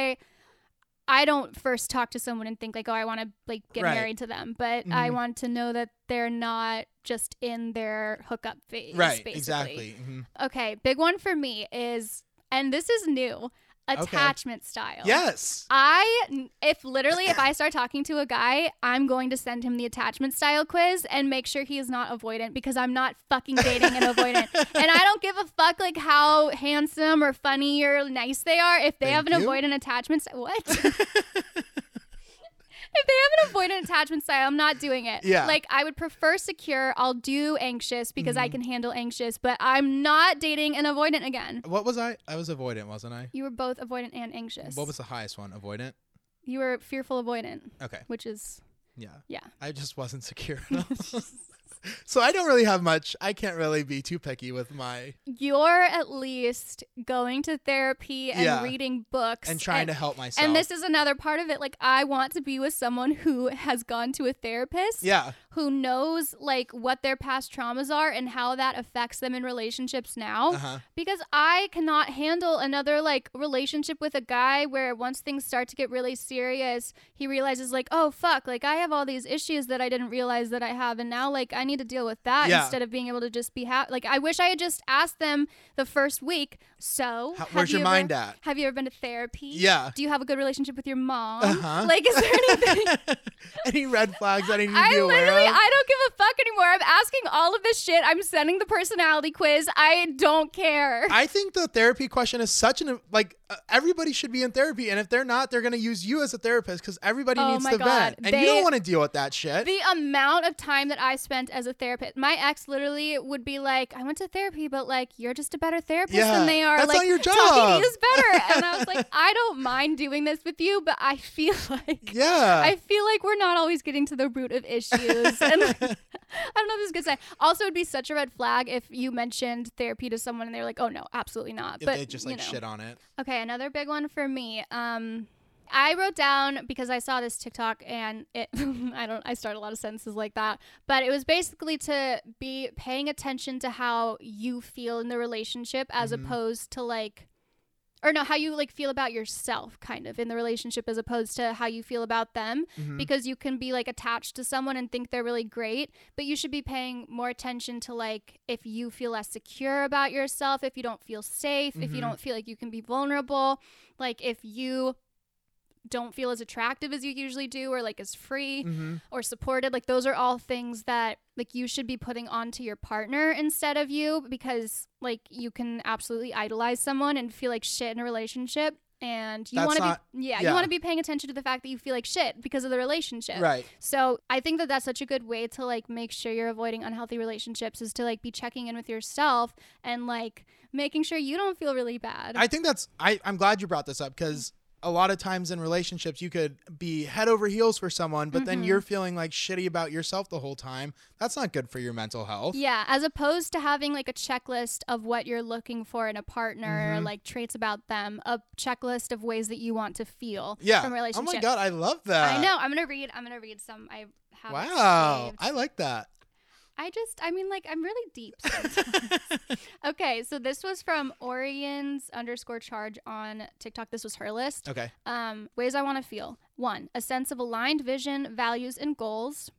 S1: I don't first talk to someone and think like, oh, I want to like get
S2: Right.
S1: married to them, but I
S2: Mhm.
S1: want to know that they're not just in their hookup phase.
S2: Right.
S1: basically.
S2: Exactly. Mhm.
S1: Okay, big one for me is, and this is new,
S2: Okay.
S1: attachment style.
S2: Yes.
S1: I, if literally, if I start talking to a guy, I'm going to send him the attachment style quiz and make sure he is not avoidant because I'm not fucking dating an avoidant. And I don't give a fuck like how handsome or funny or nice they are. If they have an
S2: Thank you.
S1: avoidant attachment style, what? if they have an avoidant attachment style, I'm not doing it.
S2: Yeah.
S1: Like I would prefer secure. I'll do anxious because
S2: Mm-hmm.
S1: I can handle anxious, but I'm not dating an avoidant again.
S2: What was I? I was avoidant, wasn't I?
S1: You were both avoidant and anxious.
S2: What was the highest one? Avoidant.
S1: you were fearful avoidant,
S2: Okay.
S1: which is
S2: Yeah.
S1: Yeah.
S2: I just wasn't secure enough. so I don't really have much. I can't really be too picky with my
S1: you're at least going to therapy and
S2: Yeah.
S1: reading books
S2: and trying to help myself.
S1: and this is another part of it like i want to be with someone who has gone to a therapist
S2: yeah.
S1: who knows like what their past traumas are and how that affects them in relationships now
S2: Uh huh.
S1: because i cannot handle another like relationship with a guy where once things start to get really serious he realizes like oh fuck like i have all these issues that i didn't realize that i have and now like i need to deal with that
S2: Yeah.
S1: instead of being able to just be happy like i wish i had just asked them the first week so
S2: How-
S1: have
S2: Where's
S1: you
S2: your
S1: ever-
S2: mind at?
S1: have you ever been to therapy
S2: Yeah.
S1: do you have a good relationship with your mom
S2: Uh-huh.
S1: like is there anything
S2: Any red flags I need to
S1: I
S2: be aware
S1: literally,
S2: of?
S1: I don't give a fuck anymore. I'm asking all of this shit. I'm sending the personality quiz. I don't care.
S2: I think the therapy question is such an like uh, everybody should be in therapy, and if they're not, they're gonna use you as a therapist because everybody
S1: Oh
S2: needs
S1: my
S2: to
S1: God,
S2: vent, and you
S1: they-
S2: don't want to deal with that shit.
S1: the amount of time that I spent as a therapist, my ex literally would be like, "I went to therapy, but like you're just a better therapist
S2: Yeah,
S1: than they are.
S2: that's
S1: like
S2: not your
S1: talking to
S2: job."
S1: you is better." and I was like, "I don't mind doing this with you, but I feel like
S2: yeah.
S1: I feel like we're not always getting to the root of issues. and like, I don't know if this is a good sign. Also, it'd be such a red flag if you mentioned therapy to someone and they were like, "Oh no, absolutely not."
S2: if
S1: but
S2: they just
S1: you
S2: like
S1: know.
S2: shit on it.
S1: Okay, another big one for me. Um, I wrote down because I saw this TikTok and it. I don't. I start a lot of sentences like that, but it was basically to be paying attention to how you feel in the relationship as
S2: Mhm.
S1: opposed to like. or no, how you like feel about yourself kind of in the relationship as opposed to how you feel about them
S2: Mhm.
S1: because you can be like attached to someone and think they're really great, but you should be paying more attention to like if you feel less secure about yourself, if you don't feel safe, if
S2: Mhm.
S1: you don't feel like you can be vulnerable, like if you don't feel as attractive as you usually do or like as free
S2: Mhm.
S1: or supported like those are all things that like you should be putting onto your partner instead of you because like you can absolutely idolize someone and feel like shit in a relationship and you
S2: That's
S1: want to
S2: not-
S1: be yeah,
S2: yeah.
S1: you want to be paying attention to the fact that you feel like shit because of the relationship
S2: Right.
S1: so i think that that's such a good way to like make sure you're avoiding unhealthy relationships is to like be checking in with yourself and like making sure you don't feel really bad
S2: I think that's I, I'm glad you brought this up because a lot of times in relationships you could be head over heels for someone, but then
S1: Mm-hmm.
S2: you're feeling like shitty about yourself the whole time. That's not good for your mental health.
S1: Yeah, as opposed to having like a checklist of what you're looking for in a partner,
S2: Mm-hmm.
S1: like traits about them, a checklist of ways that you want to feel
S2: Yeah.
S1: from a
S2: oh
S1: relationship.
S2: my god, I love that.
S1: I know. I'm gonna read. I'm gonna read some. I have. it
S2: Wow.
S1: saved.
S2: I like that.
S1: I just. I mean, like, I'm really deep. sometimes. okay, so this was from Orion's underscore charge on TikTok. This was her list.
S2: Okay.
S1: Um, ways I want to feel. One, a sense of aligned vision, values, and goals.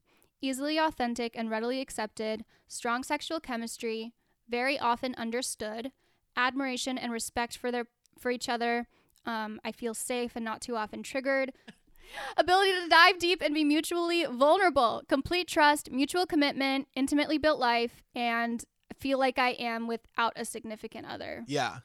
S1: Easily authentic and readily accepted. Strong sexual chemistry. Very often understood. Admiration and respect for their for each other. Um, I feel safe and not too often triggered. Ability to dive deep and be mutually vulnerable. Complete trust, mutual commitment, intimately built life, and feel like I am without a significant other.
S2: Yeah.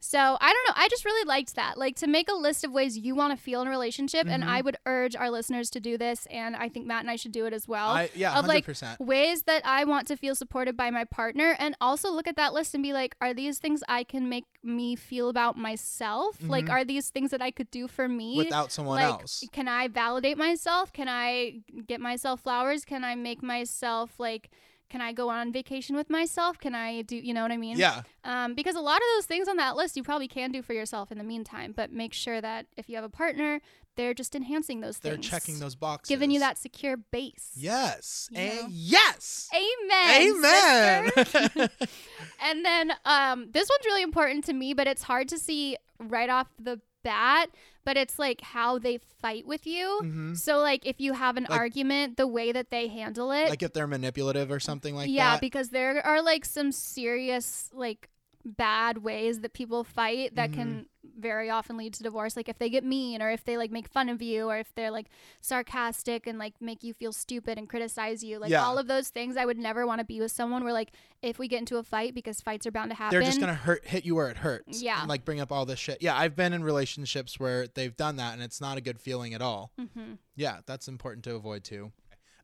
S1: So I don't know. I just really liked that. Like to make a list of ways you want to feel in a relationship, and
S2: Mhm.
S1: I would urge our listeners to do this, and I think Matt and I should do it as well.
S2: I yeah,
S1: of, like,
S2: hundred percent.
S1: ways that I want to feel supported by my partner, and also look at that list and be like, are these things I can make me feel about myself? Like,
S2: Mhm.
S1: are these things that I could do for me?
S2: Without someone
S1: like,
S2: else.
S1: can I validate myself? Can I get myself flowers? Can I make myself like? Can I go on vacation with myself? Can I do? You know what I mean?
S2: Yeah.
S1: Um, because a lot of those things on that list you probably can do for yourself in the meantime, but make sure that if you have a partner, they're just enhancing those
S2: They're
S1: things.
S2: checking those boxes.
S1: Giving you that secure base.
S2: Yes.
S1: You know?
S2: And yes.
S1: Amen.
S2: Amen.
S1: sister. and then um, this one's really important to me, but it's hard to see right off the bat, but it's like how they fight with you.
S2: Mhm.
S1: So, like, if you have an
S2: Like-
S1: argument, the way that they handle it.
S2: Like if they're manipulative or something like
S1: yeah
S2: that.
S1: because there are like some serious like bad ways that people fight
S2: Mm-hmm.
S1: that can very often lead to divorce like if they get mean or if they like make fun of you or if they're like sarcastic and like make you feel stupid and criticize you like
S2: Yeah.
S1: all of those things i would never want to be with someone where like if we get into a fight because fights are bound to happen
S2: they're just gonna hurt hit you where it hurts.
S1: Yeah.
S2: And like bring up all this shit. Yeah, I've been in relationships where they've done that and it's not a good feeling at all.
S1: Mhm.
S2: Yeah, that's important to avoid too.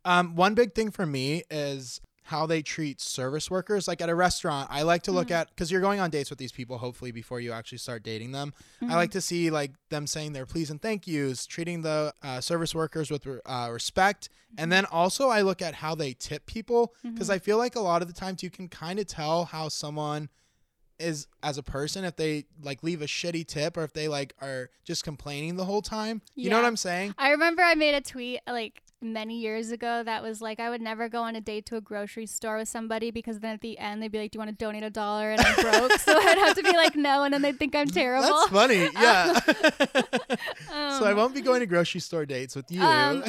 S2: Um, one big thing for me is how they treat service workers. Like at a restaurant, I like to look
S1: Mm-hmm.
S2: at because you're going on dates with these people, hopefully before you actually start dating them. I
S1: Mm-hmm.
S2: like to see like them saying their please and thank yous, treating the uh, service workers with uh, respect,
S1: Mm-hmm.
S2: and then also I look at how they tip people because I feel like a lot of the times you can kind of tell how someone is as a person if they like leave a shitty tip or if they like are just complaining the whole time. You know
S1: Yeah.
S2: what I'm saying?
S1: I remember I made a tweet like many years ago that was like, I would never go on a date to a grocery store with somebody because then at the end they'd be like, Do you want to donate a dollar? And I'm broke. so I'd have to be like, No. And then they'd think I'm terrible.
S2: That's funny. Yeah. so I
S1: Um,
S2: won't be going to grocery store dates with you.
S1: Um,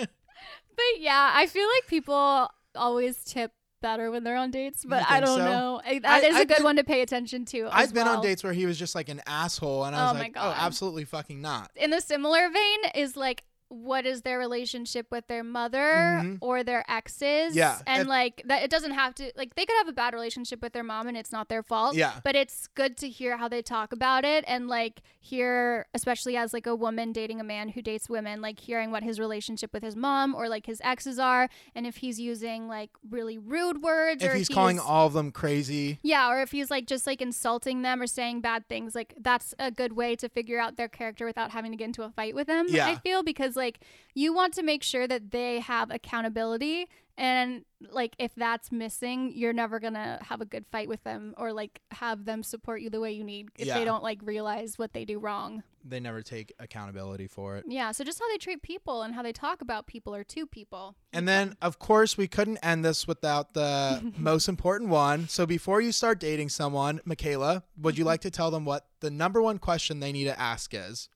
S1: But yeah, I feel like people always tip better when they're on dates, but I
S2: think
S1: don't
S2: so?
S1: know. I, that
S2: I-
S1: is a
S2: I've
S1: good
S2: been-
S1: one to pay attention to. as
S2: I've been
S1: well.
S2: on dates where he was just like an asshole, and I
S1: Oh
S2: was
S1: my
S2: like,
S1: God.
S2: "Oh, absolutely fucking not."
S1: in the similar vein is like what is their relationship with their mother
S2: Mhm.
S1: or their exes
S2: Yeah,
S1: and
S2: if-
S1: like that it doesn't have to like they could have a bad relationship with their mom and it's not their fault
S2: Yeah.
S1: but it's good to hear how they talk about it and like hear especially as like a woman dating a man who dates women like hearing what his relationship with his mom or like his exes are and if he's using like really rude words
S2: If
S1: or
S2: he's calling all of them crazy,
S1: yeah, or if he's like just like insulting them or saying bad things, like that's a good way to figure out their character without having to get into a fight with them.
S2: Yeah.
S1: I feel because like you want to make sure that they have accountability and like if that's missing, you're never going to have a good fight with them or like have them support you the way you need if
S2: Yeah.
S1: they don't like realize what they do wrong.
S2: They never take accountability for it.
S1: Yeah, so just how they treat people and how they talk about people or to people.
S2: And then, of course, we couldn't end this without the most important one. So, before you start dating someone, Michaela, would
S1: Mm-hmm.
S2: you like to tell them what the number one question they need to ask is?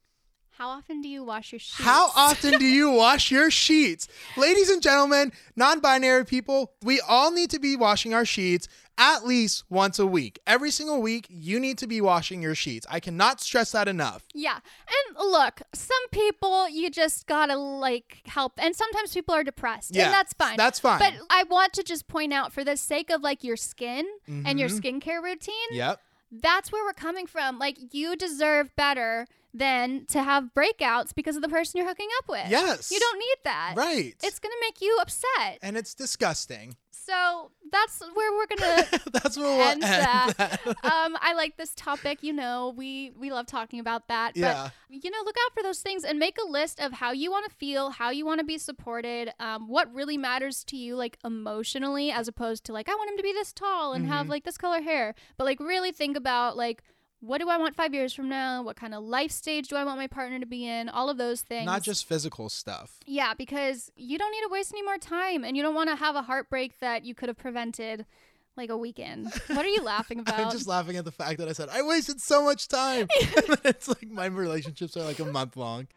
S1: How often do you wash your sheets?
S2: How often do you wash your sheets? Ladies and gentlemen, non binary people, we all need to be washing our sheets at least once a week. Every single week, you need to be washing your sheets. I cannot stress that enough.
S1: Yeah. And look, some people you just gotta like help. And sometimes people are depressed.
S2: Yeah,
S1: And that's fine.
S2: that's fine.
S1: But I want to just point out for the sake of like your skin and your
S2: Mm-hmm.
S1: skincare routine,
S2: Yep.
S1: that's where we're coming from. Like you deserve better than to have breakouts because of the person you're hooking up with.
S2: Yes.
S1: You don't need that.
S2: Right.
S1: It's gonna make you upset.
S2: and it's disgusting.
S1: So that's where we're gonna
S2: That's what we'll
S1: and
S2: end
S1: that.
S2: that.
S1: um, I like this topic. You know, we we love talking about that.
S2: Yeah.
S1: But you know, look out for those things and make a list of how you want to feel, how you want to be supported, um, what really matters to you, like emotionally, as opposed to like I want him to be this tall and
S2: Mm-hmm.
S1: have like this color hair. But like really think about like. What do I want five years from now? What kind of life stage do I want my partner to be in? All of those things.
S2: Not just physical stuff.
S1: Yeah, because you don't need to waste any more time and you don't want to have a heartbreak that you could have prevented like a weekend. What are you laughing about?
S2: I'm just laughing at the fact that I said I wasted so much time. it's like my relationships are like a month long.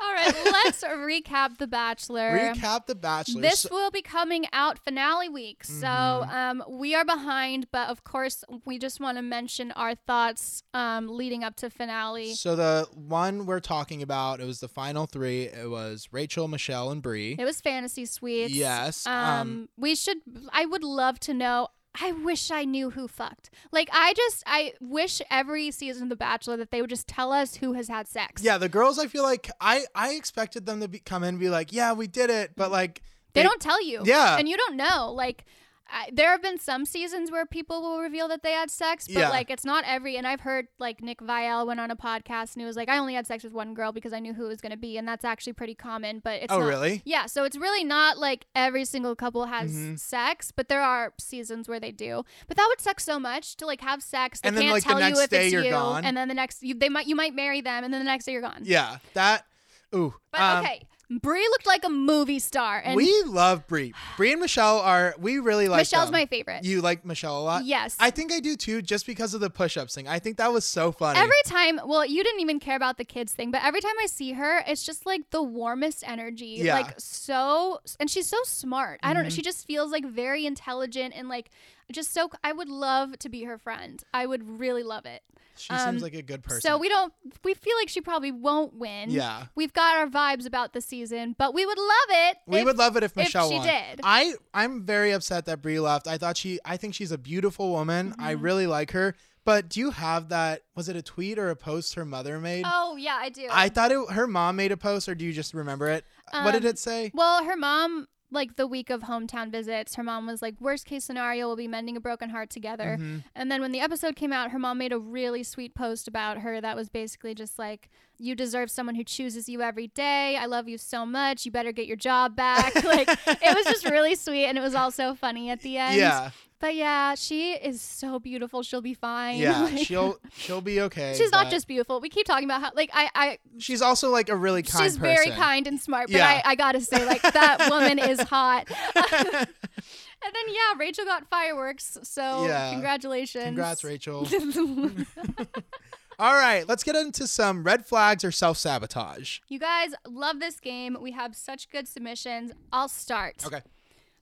S1: All right, let's recap The Bachelor.
S2: Recap the Bachelor.
S1: This
S2: So- Mm-hmm.
S1: will be coming out finale week. So um, we are behind, but of course, we just want to mention our thoughts um, leading up to finale.
S2: So the one we're talking about, it was the final three. It was Rachel, Michelle, and Bree.
S1: It was Fantasy Suites.
S2: Yes,
S1: Um,
S2: um,
S1: we should. I would love to know. I wish I knew who fucked. Like I just, I wish every season of The Bachelor that they would just tell us who has had sex.
S2: Yeah, the girls. I feel like I I expected them to be, come in and be like, yeah, we did it, but like
S1: They, don't tell you.
S2: Yeah.
S1: And you don't know. Like, I, there have been some seasons where people will reveal that they had sex, but
S2: Yeah.
S1: like it's not every. And I've heard like Nick Vial went on a podcast and he was like, I only had sex with one girl because I knew who it was going to be. And that's actually pretty common, but it's
S2: Oh,
S1: not-
S2: really?
S1: Yeah. So it's really not like every single couple has
S2: Mhm.
S1: sex, but there are seasons where they do. But that would suck so much to like have sex. They
S2: And then,
S1: can't
S2: like, the
S1: tell
S2: next
S1: you if
S2: day
S1: it's
S2: you're
S1: you.
S2: gone.
S1: And then the next, you, they might, you might marry them and then the next day you're gone.
S2: Yeah, that. Ooh.
S1: But
S2: um,
S1: okay. Brie looked like a movie star. And
S2: we love Bree. Bree and Michelle are we really like.
S1: Michelle's
S2: them.
S1: my favorite.
S2: You like Michelle a lot.
S1: Yes.
S2: I think I do too, just because of the push-ups thing. I think that was so funny.
S1: Every time, well, you didn't even care about the kids thing, but every time I see her, it's just like the warmest energy.
S2: Yeah. Mm-hmm.
S1: Like so, and she's so smart. I don't know. She just feels like very intelligent and like just so. I would love to be her friend. I would really love it.
S2: she
S1: um,
S2: seems like a good person.
S1: So we don't. We feel like she probably won't win.
S2: Yeah.
S1: We've got our vibes about the season, but we would love it.
S2: We
S1: if-
S2: would love it if
S1: if
S2: Michelle
S1: she
S2: won.
S1: did.
S2: I I'm very upset that Brie left. I thought she I think she's a beautiful woman. I
S1: Mm-hmm.
S2: really like her. But do you have that? Was it a tweet or a post her mother made?
S1: Oh yeah, I do.
S2: I thought it, her mom made a post, or do you just remember it? what did
S1: Um,
S2: it say?
S1: Well, her mom, like the week of hometown visits, her mom was like, worst case scenario, we'll be mending a broken heart together.
S2: Mm-hmm.
S1: And then when the episode came out, her mom made a really sweet post about her that was basically just like, you deserve someone who chooses you every day. I love you so much. You better get your job back. like, it was just really sweet. And it was also funny at the end.
S2: yeah,
S1: But yeah, she is so beautiful. She'll be fine.
S2: yeah.
S1: Like,
S2: she'll she'll be okay.
S1: She's not
S2: but-
S1: just beautiful. We keep talking about how, like, I, I
S2: She's also like a really kind
S1: she's
S2: person.
S1: very kind and smart but
S2: Yeah.
S1: I, I gotta say like that woman is hot and then yeah rachel got fireworks so
S2: Yeah.
S1: congratulations
S2: Congrats, Rachel. All right, let's get into some red flags or self sabotage.
S1: you guys love this game we have such good submissions i'll start
S2: Okay.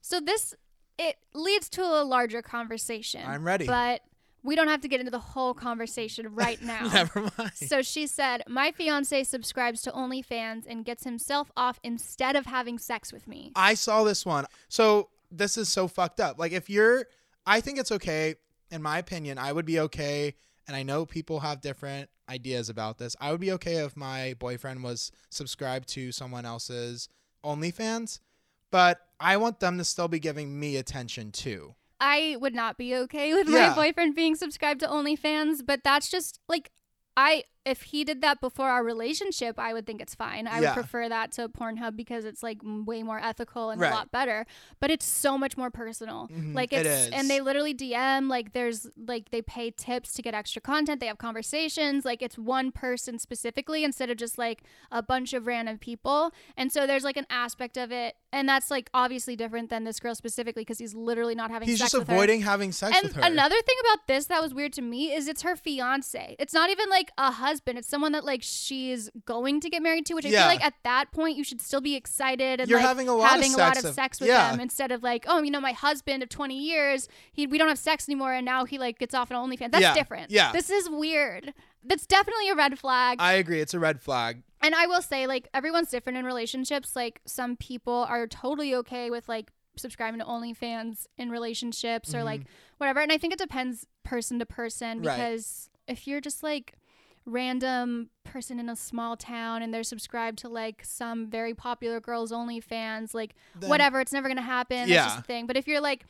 S1: so this it leads to a larger conversation
S2: I'm ready.
S1: but we don't have to get into the whole conversation right now
S2: Never mind.
S1: So she said, My fiance subscribes to OnlyFans and gets himself off instead of having sex with me.
S2: I saw this one. So this is so fucked up. Like if you're I think it's okay in my opinion, I would be okay and I know people have different ideas about this. I would be okay if my boyfriend was subscribed to someone else's OnlyFans, but I want them to still be giving me attention too.
S1: I would not be okay with
S2: Yeah.
S1: my boyfriend being subscribed to OnlyFans, but that's just like I if he did that before our relationship, I would think it's fine. I
S2: Yeah.
S1: would prefer that to Pornhub because it's like m- way more ethical and
S2: Right.
S1: a lot better. But it's so much more personal.
S2: Mhm,
S1: Like
S2: it
S1: it's
S2: is.
S1: and they literally DM like there's like they pay tips to get extra content. They have conversations like it's one person specifically instead of just like a bunch of random people. And so there's like an aspect of it, and that's like obviously different than this girl specifically because he's literally not having.
S2: He's
S1: sex
S2: just
S1: with her.
S2: avoiding having sex
S1: And
S2: with her.
S1: another thing about this that was weird to me is it's her fiance. It's not even like a husband. It's someone that like she's going to get married to, which I
S2: Yeah.
S1: feel like at that point you should still be excited and
S2: You're
S1: like
S2: having a lot of
S1: having a lot
S2: sex
S1: of
S2: of-
S1: sex with
S2: yeah.
S1: them instead of like, oh, you know, my husband of 20 years, he we don't have sex anymore, and now he like gets off on OnlyFans. That's
S2: Yeah.
S1: different.
S2: Yeah.
S1: this is weird. That's definitely a red flag.
S2: I agree. It's a red flag.
S1: And I will say, like, everyone's different in relationships. Like, some people are totally okay with, like, subscribing to OnlyFans in relationships or, like, whatever. And I think it depends person to person
S2: Mm-hmm. Right.
S1: because if you're just, like, random person in a small town and they're subscribed to like some very popular girls OnlyFans, like
S2: Then-
S1: whatever, it's never gonna happen. That's
S2: Yeah.
S1: just the thing. But if you're like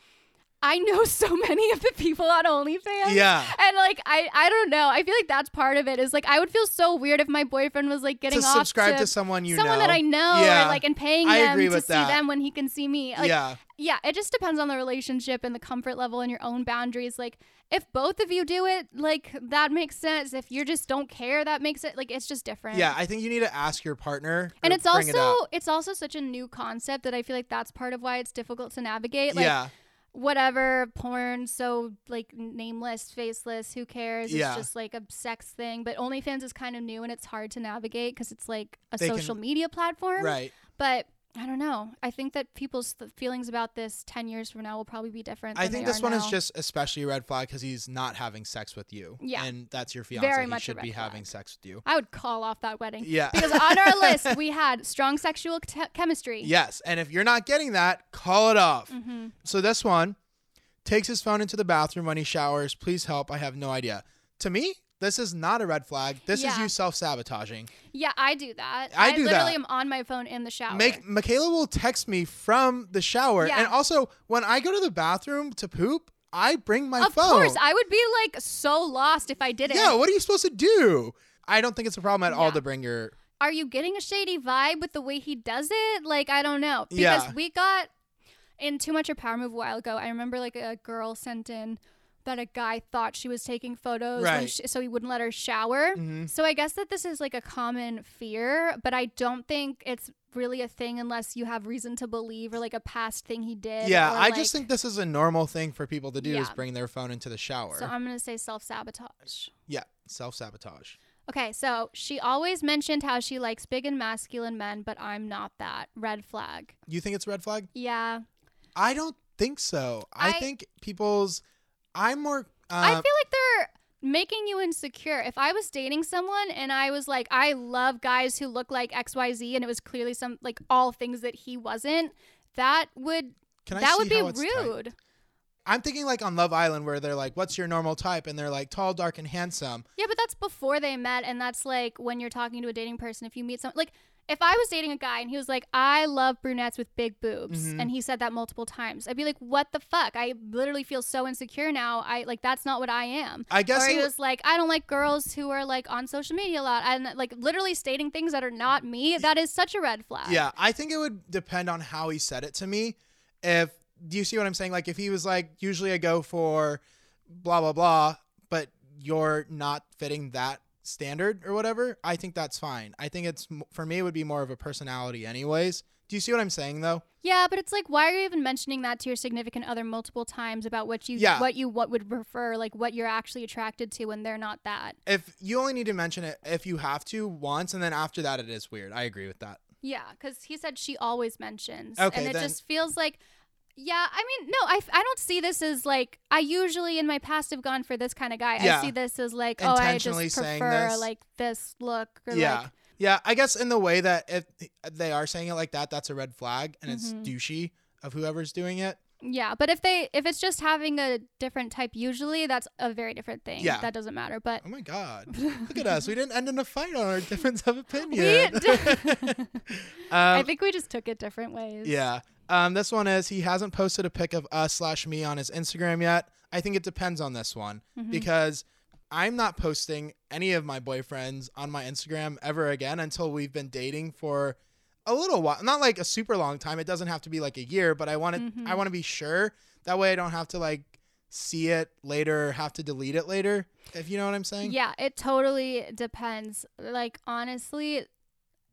S1: I know so many of the people on OnlyFans
S2: Yeah.
S1: and like I I don't know. I feel like that's part of it. Is like I would feel so weird if my boyfriend was like getting
S2: To
S1: off
S2: subscribe to,
S1: to,
S2: someone you
S1: someone
S2: know.
S1: that I know
S2: Yeah.
S1: or like and paying
S2: I
S1: them
S2: agree
S1: to
S2: with
S1: see
S2: that.
S1: them when he can see me. Like
S2: yeah.
S1: yeah, it just depends on the relationship and the comfort level and your own boundaries. Like if both of you do it, like that makes sense. If you just don't care, that makes it like it's just different.
S2: Yeah. I think you need to ask your partner.
S1: And
S2: or
S1: it's
S2: bring it
S1: also
S2: up.
S1: it's also such a new concept that I feel like that's part of why it's difficult to navigate. Like
S2: yeah.
S1: whatever porn so like nameless faceless who cares
S2: Yeah.
S1: it's just like a sex thing but onlyfans is kind of new and it's hard to navigate because it's like a
S2: They
S1: social
S2: can-
S1: media platform
S2: Right.
S1: but i don't know i think that people's th- feelings about this 10 years from now will probably be different
S2: I
S1: than
S2: think
S1: they
S2: this
S1: are
S2: one is
S1: now.
S2: just especially a red flag because he's not having sex with you.
S1: Yeah.
S2: And that's your fiance.
S1: Very
S2: he
S1: much a
S2: should be
S1: red
S2: having
S1: flag.
S2: sex with you.
S1: i would call off that wedding
S2: Yeah.
S1: because on our list we had strong sexual te- chemistry
S2: Yes. And if you're not getting that, call it off.
S1: hmm
S2: So this one takes his phone into the bathroom when he showers. Please help. I have no idea. To me, this is not a red flag. This is
S1: Yeah.
S2: you self sabotaging.
S1: yeah i do that
S2: I do that.
S1: literally am on my phone in the shower
S2: Make Michaela will text me from the shower,
S1: Yeah.
S2: and also when I go to the bathroom to poop, I bring my
S1: of
S2: phone.
S1: course i would be like so lost if i didn't
S2: yeah, what are you supposed to do? I don't think it's a problem at all
S1: Yeah.
S2: to bring your.
S1: are you getting a shady vibe with the way he does it? Like, I don't know. Because
S2: Yeah.
S1: we got in Too Much a Power Move a while ago. I remember like a girl sent in that a guy thought she was taking photos when
S2: Right.
S1: she, so he wouldn't let her shower.
S2: Mhm.
S1: So I guess that this is like a common fear, but I don't think it's really a thing unless you have reason to believe or like a past thing he did.
S2: Yeah,
S1: or,
S2: I just
S1: like-
S2: think this is a normal thing for people to do is
S1: Yeah.
S2: bring their phone into the shower.
S1: so. I'm going to say self sabotage.
S2: yeah, self sabotage.
S1: Okay, so she always mentioned how she likes big and masculine men, but I'm not that. Red flag.
S2: You think it's a red flag?
S1: Yeah.
S2: I don't think so. I,
S1: I-
S2: think people's. I'm more.
S1: I
S2: Uh,
S1: feel like they're making you insecure. If I was dating someone and I was like, I love guys who look like XYZ and it was clearly some like all things that he wasn't, that would
S2: can I
S1: that would
S2: see
S1: be
S2: how it's tight?
S1: rude.
S2: I'm thinking like on Love Island where they're like, "What's your normal type?" and they're like, "Tall, dark, and handsome."
S1: Yeah, but that's before they met and that's like when you're talking to a dating person if you meet someone like if I was dating a guy and he was like, I love brunettes with big boobs,
S2: Mhm.
S1: and he said that multiple times, I'd be like, what the fuck? I literally feel so insecure now. I like, that's not what I am.
S2: I guess
S1: or he
S2: it-
S1: was like, I don't like girls who are like on social media a lot, and like literally stating things that are not me. That is such a red flag.
S2: Yeah, I think it would depend on how he said it to me. If do you see what I'm saying? Like if he was like, usually I go for blah blah blah, but you're not fitting that standard or whatever. I think that's fine. I think it's m- for me it would be more of a personality, anyways. Do you see what I'm saying though?
S1: yeah, but it's like, why are you even mentioning that to your significant other multiple times about what you,
S2: Yeah.
S1: what you, what would prefer, like what you're actually attracted to when they're not that?
S2: If you only need to mention it if you have to once, and then after that it is weird. I agree with that.
S1: Yeah, because he said she always mentions,
S2: Okay,
S1: and it
S2: then-
S1: just feels like. Yeah, I mean, no, I, I don't see this as like I usually in my past have gone for this kind of guy.
S2: Yeah.
S1: I see this as like, oh, I
S2: Intentionally
S1: just
S2: saying
S1: prefer
S2: this.
S1: like this look or
S2: yeah.
S1: like
S2: yeah, I guess in the way that if they are saying it like that, that's a red flag and it's
S1: Mhm.
S2: douchey of whoever's doing it.
S1: Yeah, but if they if it's just having a different type usually, that's a very different thing.
S2: Yeah.
S1: That doesn't matter. But
S2: Oh my god. Look at us. We didn't end in a fight on our difference of
S1: we
S2: opinion.
S1: did-
S2: um,
S1: I think we just took it different ways.
S2: yeah. Um, this one is he hasn't posted a pic of us slash me on his Instagram yet. I think it depends on this one
S1: Mm-hmm.
S2: because I'm not posting any of my boyfriends on my Instagram ever again until we've been dating for a little while. Not like a super long time. It doesn't have to be like a year, but I want to
S1: Mm-hmm.
S2: I want to be sure that way I don't have to like see it later, or have to delete it later. If you know what I'm saying?
S1: Yeah, it totally depends. Like honestly,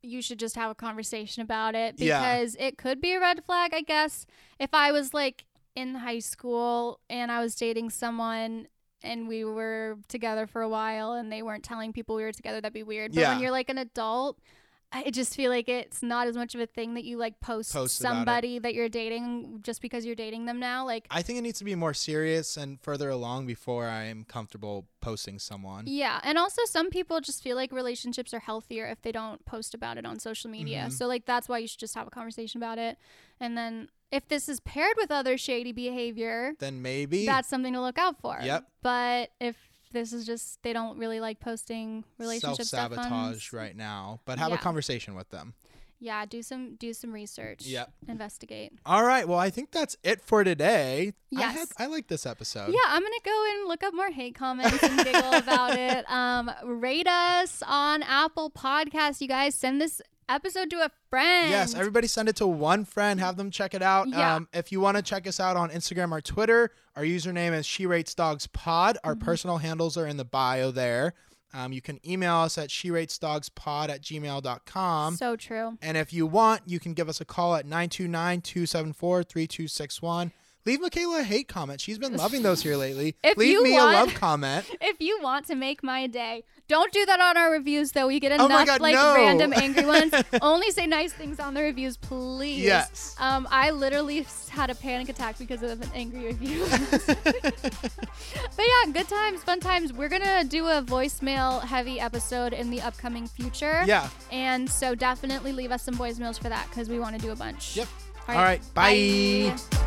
S1: you should just have a conversation about it
S2: Yeah.
S1: because it could be a red flag, I guess. If I was like in high school and I was dating someone and we were together for a while and they weren't telling people we were together, that'd be weird. But
S2: Yeah.
S1: when you're like an adult, I just feel like it's not as much of a thing that you like post,
S2: Post about it.
S1: somebody that you're dating just because you're dating them now. Like,
S2: I think it needs to be more serious and further along before I am comfortable posting someone.
S1: Yeah, and also some people just feel like relationships are healthier if they don't post about it on social media.
S2: Mhm.
S1: So like that's why you should just have a conversation about it. And then if this is paired with other shady behavior,
S2: Then maybe
S1: that's something to look out for.
S2: Yep.
S1: But if this is just they don't really like posting relationship stuff on-
S2: self-sabotage right now, but have a
S1: Yeah.
S2: conversation with them.
S1: Yeah, do some do some research.
S2: Yep.
S1: Investigate.
S2: All right, well, I think that's it for today. I,
S1: Yes.
S2: had, I like this episode.
S1: Yeah, I'm gonna go and look up more hate comments and giggle about it. Um, rate us on Apple Podcasts, you guys. Send this episode to a friend.
S2: Yes, everybody send it to one friend. Have them check it out.
S1: Yeah.
S2: Um, if you want to check us out on Instagram or Twitter, our username is She Rates Dogs Pod. Our
S1: Mm-hmm.
S2: personal handles are in the bio there. Um, you can email us at She Rates Dogs Pod at gmail.com.
S1: so true.
S2: And if you want, you can give us a call at 929 274 3261. Leave Michaela a hate comment. She's been loving those here lately.
S1: If
S2: Leave
S1: you
S2: me a
S1: want-
S2: love comment.
S1: If you want to make my day, don't do that on our reviews though. We get
S2: Oh my
S1: enough
S2: God,
S1: like
S2: no.
S1: random angry ones. Only say nice things on the reviews, please.
S2: Yes.
S1: Um, I literally s- had a panic attack because of an angry review. but yeah, good times, fun times. We're gonna do a voicemail heavy episode in the upcoming future.
S2: Yeah.
S1: And so definitely leave us some voicemails for that because we want to do a bunch.
S2: Yep.
S1: All
S2: All right, bye.
S1: bye.